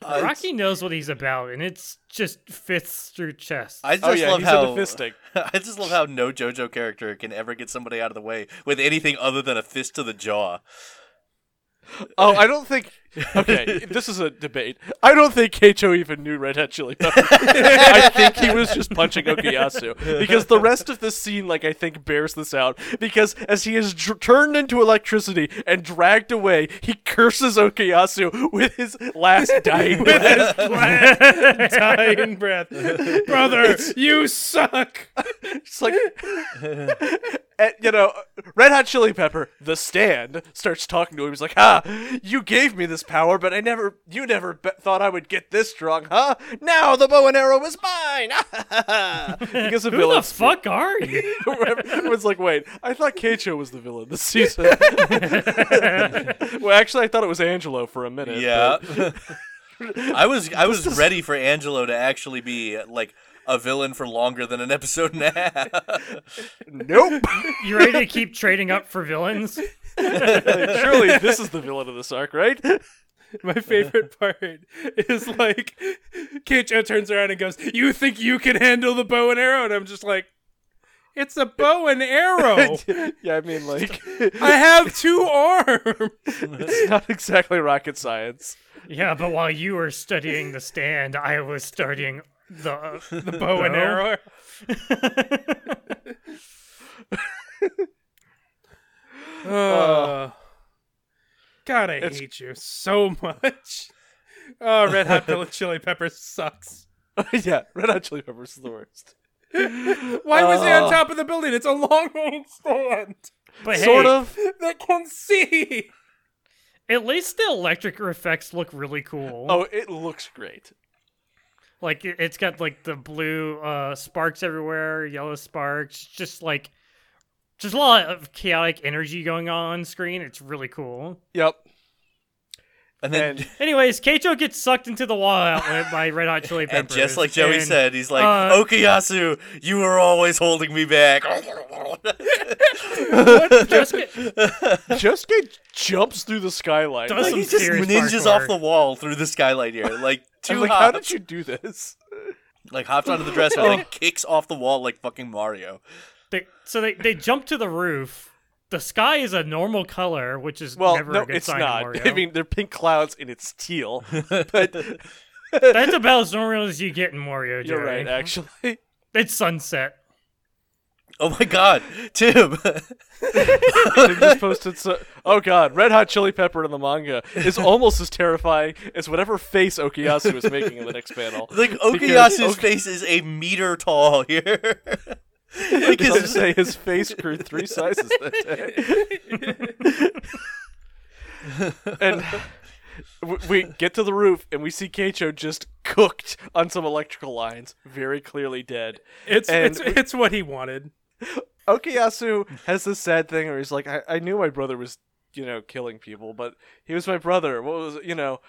B: Rocky knows what he's about, and it's just fists through chest.
D: I just
A: Oh yeah,
D: love
A: he's
D: how
A: into fisting.
D: I just love how no JoJo character can ever get somebody out of the way with anything other than a fist to the jaw.
A: Oh, I don't think. Okay, this is a debate. I don't think Keicho even knew Red Hot Chili Peppers. I think he was just punching Okuyasu because the rest of this scene, like I think, bears this out. Because as he is dr- turned into electricity and dragged away, he curses Okuyasu with his last dying breath.
C: Dying breath, brother, you suck.
A: It's like, and, you know, Red Hot Chili Pepper, the stand, starts talking to him. He's like, "Ha, you gave me this power, but I never, you never be- thought I would get this strong, huh? Now the bow and arrow is mine." because the
B: Who
A: villain
B: the fuck are you?
A: was like, "Wait, I thought Keicho was the villain this season." well, actually, I thought it was Angelo for a minute.
D: Yeah. I was I was ready for Angelo to actually be like a villain for longer than an episode and a half.
A: but Nope.
B: You ready to keep trading up for villains?
A: Surely this is the villain of this arc, right?
C: My favorite part is like Keicho turns around and goes, "You think you can handle the bow and arrow?" And I'm just like, "It's a bow and arrow.
A: yeah, I mean, like,
C: I have two arms."
A: it's not exactly rocket science.
B: Yeah, but while you were studying the stand, I was studying the the
C: bow and arrow. Uh, God, I hate you so much. Oh, Red Hot Bill Chili Pepper sucks.
A: yeah, Red Hot Chili Peppers is the worst. Uh,
C: Why was he on top of the building? It's a long range stand
B: But hey,
A: Sort of.
C: that can see.
B: at least the electric effects look really cool.
A: Oh, it looks great.
B: Like it- it's got like the blue uh sparks everywhere, yellow sparks, just like just a lot of chaotic energy going on, on screen. It's really cool.
A: Yep.
D: And then
A: And-
B: Anyways, Keicho gets sucked into the wall outlet by Red Hot Chili
D: And
B: Peppers.
D: just like Joey
B: and,
D: said, he's like,
B: uh,
D: Okuyasu, you were always holding me back.
B: just get-
A: Josuke jumps through the skylight.
B: Does
A: Like,
B: some
D: he just
B: serious
D: ninjas
B: parkour.
D: off the wall through the skylight here. Like,
A: I'm
D: two
A: like, how
D: hops.
A: did you do this?
D: Like, hops onto the dresser and then kicks off the wall like fucking Mario.
B: they, so they, they jump to the roof. The sky is a normal color, which is
A: Well,
B: never
A: no,
B: a good
A: it's
B: sign in
A: not.
B: Mario.
A: I mean, they're pink clouds and it's teal. But
B: That's about as normal as you get in Mario.
A: you're
B: Joey.
A: right, actually.
B: It's sunset.
D: Oh my god, Tim.
A: They've just posted so. Oh god, Red Hot Chili Pepper in the manga is almost as terrifying as whatever face Okuyasu is making in the next panel.
D: like,
A: Because
D: Okuyasu's
A: Ok-
D: face is a meter tall here. like,
A: Some
D: his,
A: say his face grew three sizes that day. and w- we get to the roof and we see Keicho just cooked on some electrical lines, very clearly dead.
C: It's
A: And
C: it's it's what he wanted.
A: Okuyasu has this sad thing where he's like, I, I knew my brother was, you know, killing people, but he was my brother. What was, you know,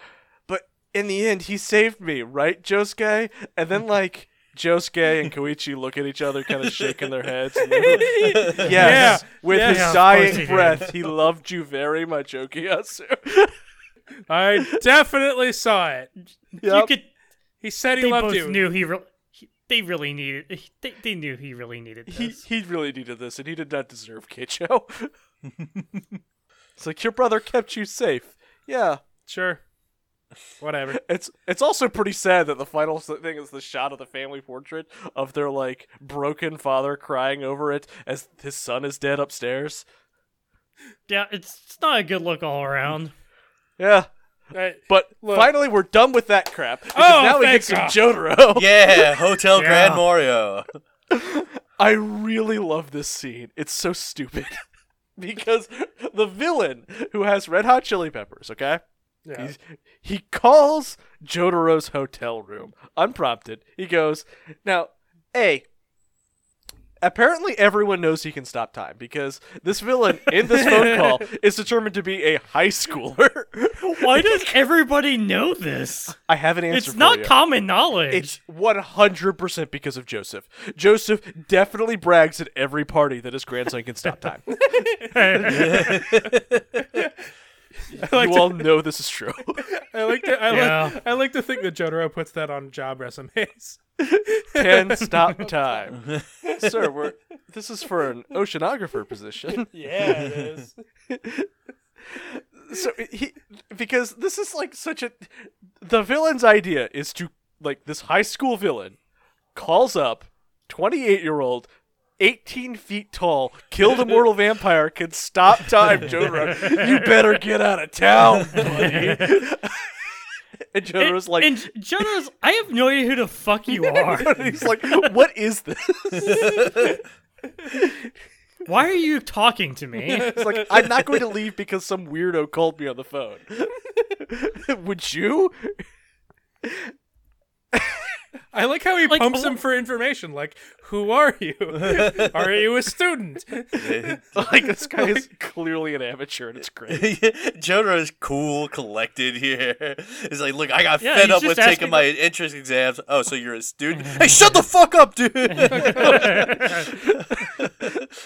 A: but in the end, he saved me, right, Josuke? And then, like, Josuke and Koichi look at each other, kind of shaking their heads. and they're like, yes,
C: Yeah,
A: with
C: yeah,
A: his
B: of course
A: dying
B: he did.
A: breath, he loved you very much, Okuyasu.
C: I definitely saw it.
A: Yep.
B: You could.
C: He said he
B: They
C: loved
B: both
C: you.
B: knew he, re- he. They really needed. They, they knew he really needed this.
A: he, he really needed this, and he did not deserve Keicho. it's like, your brother kept you safe. Yeah,
C: Sure. Whatever.
A: It's it's also pretty sad that the final s- thing is the shot of the family portrait of their like broken father crying over it as his son is dead upstairs.
B: yeah, it's, it's not a good look all around.
A: Yeah,
C: I-
A: but
C: Look.
A: finally we're done with that crap because
C: Oh,
A: now we get
C: thank
A: some
C: God.
A: Jotaro.
D: yeah, Hotel Grand
B: Yeah.
D: Mario.
A: I really love this scene. It's so stupid because the villain who has red hot chili peppers, okay?
C: yeah.
A: He's, he calls Jotaro's hotel room unprompted. He goes, Now, A, apparently everyone knows he can stop time because this villain in this phone call is determined to be a high schooler.
B: Why does everybody know this?
A: I have an answer
B: It's
A: for
B: not
A: you.
B: common knowledge.
A: It's 100% because of Joseph. Joseph definitely brags at every party that his grandson can stop time. you all know this is true.
C: I like to I
B: Yeah.
C: like I like to think that Jotaro puts that on job resumes.
A: can stop time. Sir, we're, this is for an oceanographer position.
C: Yeah, it is.
A: so he because this is like such a the villain's idea is to like this high school villain calls up 28 year old 18 feet tall killed immortal vampire can stop time Jotaro. you better get out of town buddy and
B: And-
A: Jotaro's like
B: and Jotaro's, I have no idea who the fuck you are.
A: he's like what is this
B: Why are you talking to me?
A: it's like i'm not going to leave because some weirdo called me on the phone would you
C: I like how he
B: Like,
C: pumps
B: bl-
C: him for information. Like, who are you? are you a student?
A: like this guy is clearly an amateur and it's great
D: Jotaro's cool, collected here. He's like, look, I got
B: Yeah,
D: fed
B: he's
D: up
B: just
D: with taking
B: asking-
D: my entrance exams. Oh, so you're a student? hey, shut the fuck up, dude.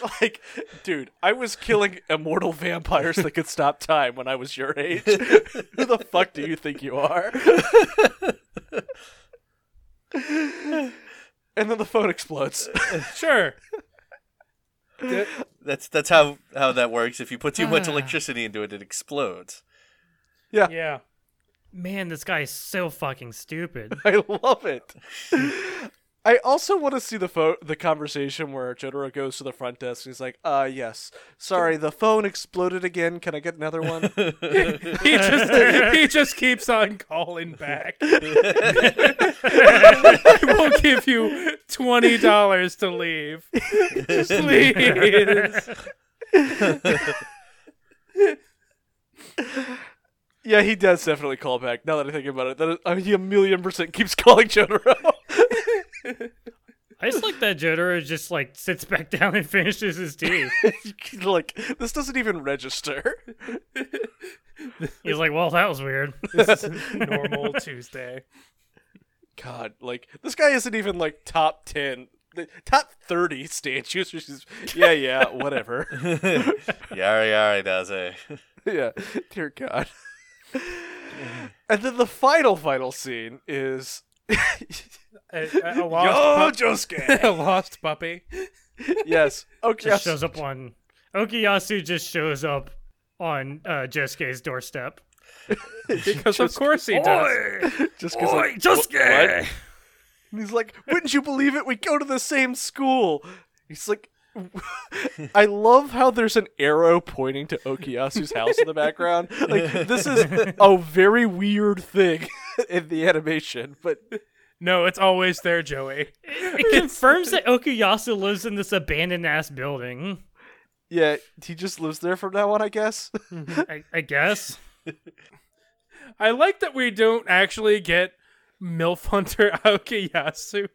A: like, dude, I was killing immortal vampires that could stop time when I was your age. Who the fuck do you think you are? and then the phone explodes.
C: Sure.
D: that's that's how how that works. If you put too much electricity into it, it explodes.
C: Yeah.
B: Man, this guy is so fucking stupid.
A: I love it. I also want to see the phone, the conversation where Jotaro goes to the front desk and he's like, "Uh, yes, sorry, the phone exploded again. Can I get another one?"
C: He just he just keeps on calling back. I will give you twenty dollars to leave. Just please.
A: yeah, he does definitely call back. Now that I think about it, that is, I mean, he a million percent keeps calling Jotaro.
B: I just like that Jotaro just like sits back down and finishes his tea.
A: like this doesn't even register.
B: He's like, well, that was weird.
C: This is a normal Tuesday.
A: God, like this guy isn't even like top ten, the top thirty statues. Which is, yeah, yeah, whatever.
D: Yari yari does it.
A: yeah, dear God. and then the final, final scene is Oh,
C: A, a- a
A: Yo
C: lost,
A: Josuke.
C: pup- a lost puppy.
A: yes, okay.
B: Just shows up on Okuyasu. Just shows up on uh, Josuke's doorstep.
C: Because of course he does.
A: Just 'cause, like,
B: Josuke!
A: And he's like, wouldn't you believe it? We go to the same school. He's like, I love how there's an arrow pointing to Okiyasu's house in the background. Like, this is a very weird thing in the animation, but
C: No, it's always there, Joey.
B: It confirms that Okuyasu lives in this abandoned ass building.
A: yeah, he just lives there from now on, I guess.
B: I, I guess.
C: I like that we don't actually get MILF Hunter Aokiyasu.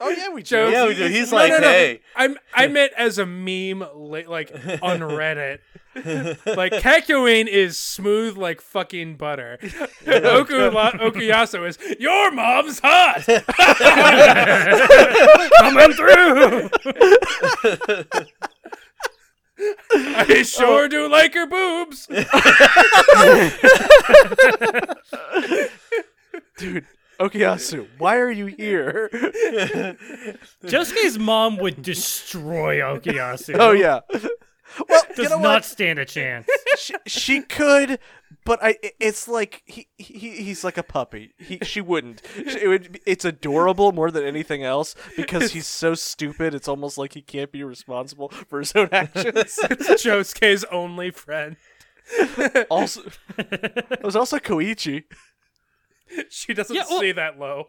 A: oh, yeah, we
C: Joe,
A: joke.
D: Yeah, we do. He's like, hey.
C: I'm I meant as a meme, la- like on Reddit. like Kakyoin is smooth like fucking butter. And Oku Okuyasu is your mom's hot.
B: Coming through!
C: I
D: Oh.
C: sure do like her boobs.
A: Dude, Okiyasu, why are you here?
B: Josuke's mom would destroy Okuyasu.
A: oh, yeah. Well,
B: Does
A: you know
B: not
A: what?
B: stand a chance.
A: she, she could, but I. i- It's like he, he he's like a puppy. He she wouldn't. She- It would. be- It's adorable more than anything else because he's so stupid. It's almost like he can't be responsible for his own actions.
C: Josuke's only friend.
A: also, it was also Koichi.
C: She doesn't
B: Yeah, well-
C: see that low.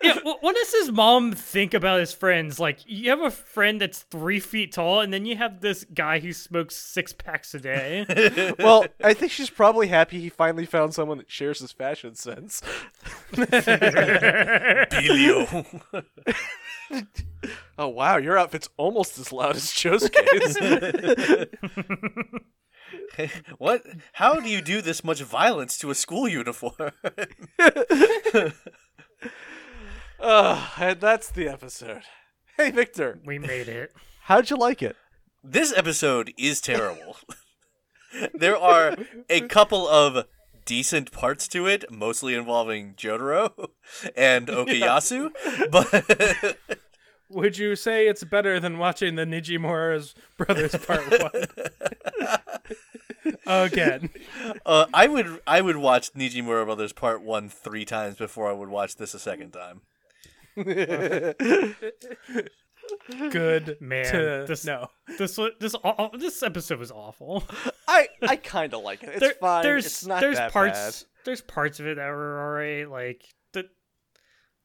B: Yeah, wh- what does his mom think about his friends? Like, you have a friend that's three feet tall, and then you have this guy who smokes six packs a day.
A: Well, I think she's probably happy he finally found someone that shares his fashion sense.
D: Elio.
A: Oh wow, your outfit's almost as loud as Josuke's.
D: What? How do you do this much violence to a school uniform?
A: Ugh, and that's the episode. Hey Victor,
B: we made it.
A: how'd you like it?
D: this episode is terrible. there are a couple of decent parts to it, mostly involving Jotaro and Okuyasu, but
C: Would you say it's better than watching the Nijimura's Brothers Part One? Again,
D: uh, I would I would watch Nijimura Brothers Part One three times before I would watch this a second time.
C: good
B: Man,
C: To,
B: this-
C: no,
B: This wa- this aw- aw- this episode was awful.
A: I I kind of like it. It's
B: There-
A: fine.
B: There's
A: it's not
B: there's
A: that
B: parts there's parts of it that were alright. Like the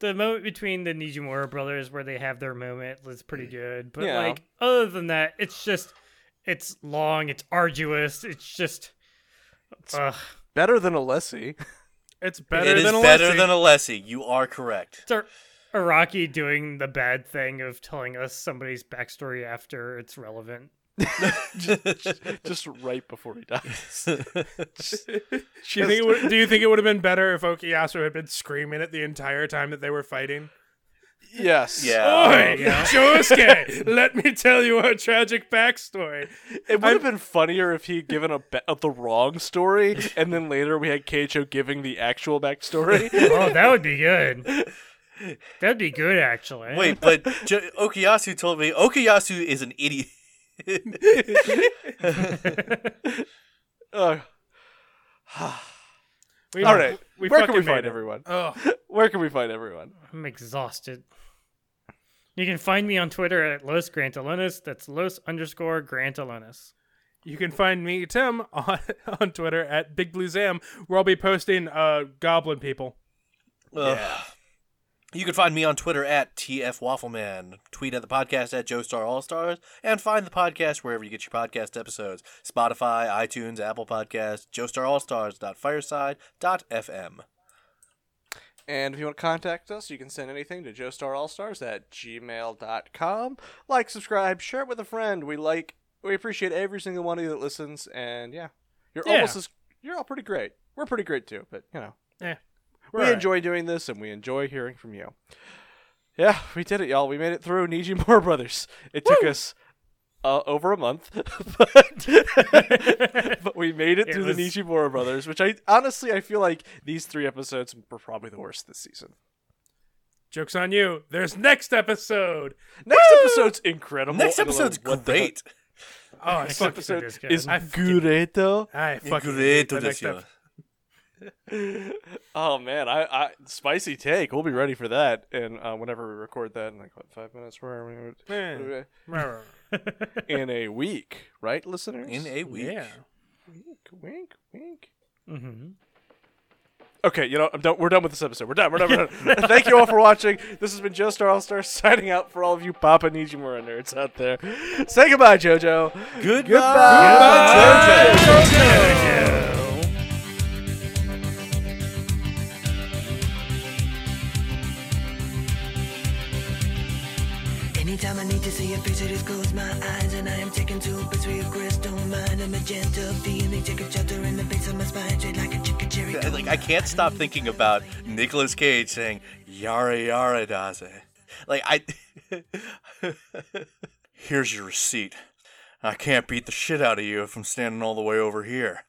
B: the moment between the Nijimura brothers where they have their moment was pretty good. But
A: Yeah.
B: like other than that, it's just it's long, it's arduous, it's just. Ugh.
A: bad. Better than Alessi.
C: it's better
D: it is
C: than a
D: better
C: Lassie.
D: than Alessi. You are correct.
B: It's Ar- Araki doing the bad thing of telling us somebody's backstory after it's relevant.
A: just right before he dies.
C: Do you, think it would, do you think it would have been better if Okuyasu had been screaming it the entire time that they were fighting?
A: yes.
D: Yeah.
C: Oi, Josuke, let me tell you our tragic backstory.
B: Oh,
A: It would have been funnier if he'd given a be- of the wrong story, and then later we had Keicho giving the actual backstory.
B: Oh, that would be good. That'd be good, actually.
D: Wait, but jo- Okuyasu told me Okuyasu is an idiot.
A: Ugh.
C: We,
A: Uh, all right.
C: we
A: Where
C: fucking
A: can we
C: made
A: find
C: it.
A: everyone?
C: Oh,
A: Where can we find everyone?
B: I'm exhausted. You can find me on Twitter at Los Grantalonis. That's Los underscore Grantalonis.
C: you can find me Tim on on Twitter at Big Blue Zam, where I'll be posting uh Goblin people.
D: Ugh. You can find me on Twitter at TF Waffleman, tweet at the podcast at Joestar All Stars, and find the podcast wherever you get your podcast episodes Spotify, iTunes, Apple Podcasts, joestarallstars.fireside.fm.
A: And if you want to contact us, you can send anything to joestarallstars at gmail.com. Like, subscribe, share it with a friend. We like We appreciate every single one of you that listens, and yeah, you're
C: Yeah.
A: almost as you're all pretty great. We're pretty great too, but you know,
C: Yeah.
A: we
C: We're all right.
A: enjoy doing this, and we enjoy hearing from you. Yeah, we did it, y'all. We made it through Niji Moore Brothers. It took us uh, over a month, but, but we made it,
B: It
A: through
B: was-
A: the Niji Moore Brothers, which I honestly I feel like these three episodes were probably the worst this season.
C: Joke's on you. There's next episode.
A: Next episode's incredible.
D: Next
A: and I love
D: episodede's
A: what the
D: great.
C: Oh, I
B: Next
C: fucking,
B: episode is good.
A: is
C: I fucking-
A: great though.
C: I fucking hate the
D: Great
C: next
D: this year.
C: ep-
A: Oh man, I, I spicy take. We'll be ready for that, and uh, whenever we record that in like what five minutes, where are
C: Man.
A: we? In a week, right, listeners?
D: In a week.
C: Yeah.
A: wink, wink, wink.
B: Mm-hmm.
A: Okay, you know, I'm done. We're done with this episode. We're done. We're done. We're done. Thank you all for watching. This has been Joe Star All Star signing out for all of you Papa Nijimura nerds out there. Say goodbye, JoJo.
D: Goodbye,
A: Goodbye,
D: Jojo.
H: Anytime I need to see a picture, just close my eyes and I am taken to a picture of crystal mind. A magenta feeling, take a chapter in the face of my spine, straight like a chicken cherry.
D: I- like I can't stop thinking about Nicolas Cage saying "Yara Yara Daze." Like I, here's your receipt. I can't beat the shit out of you if I'm standing all the way over here.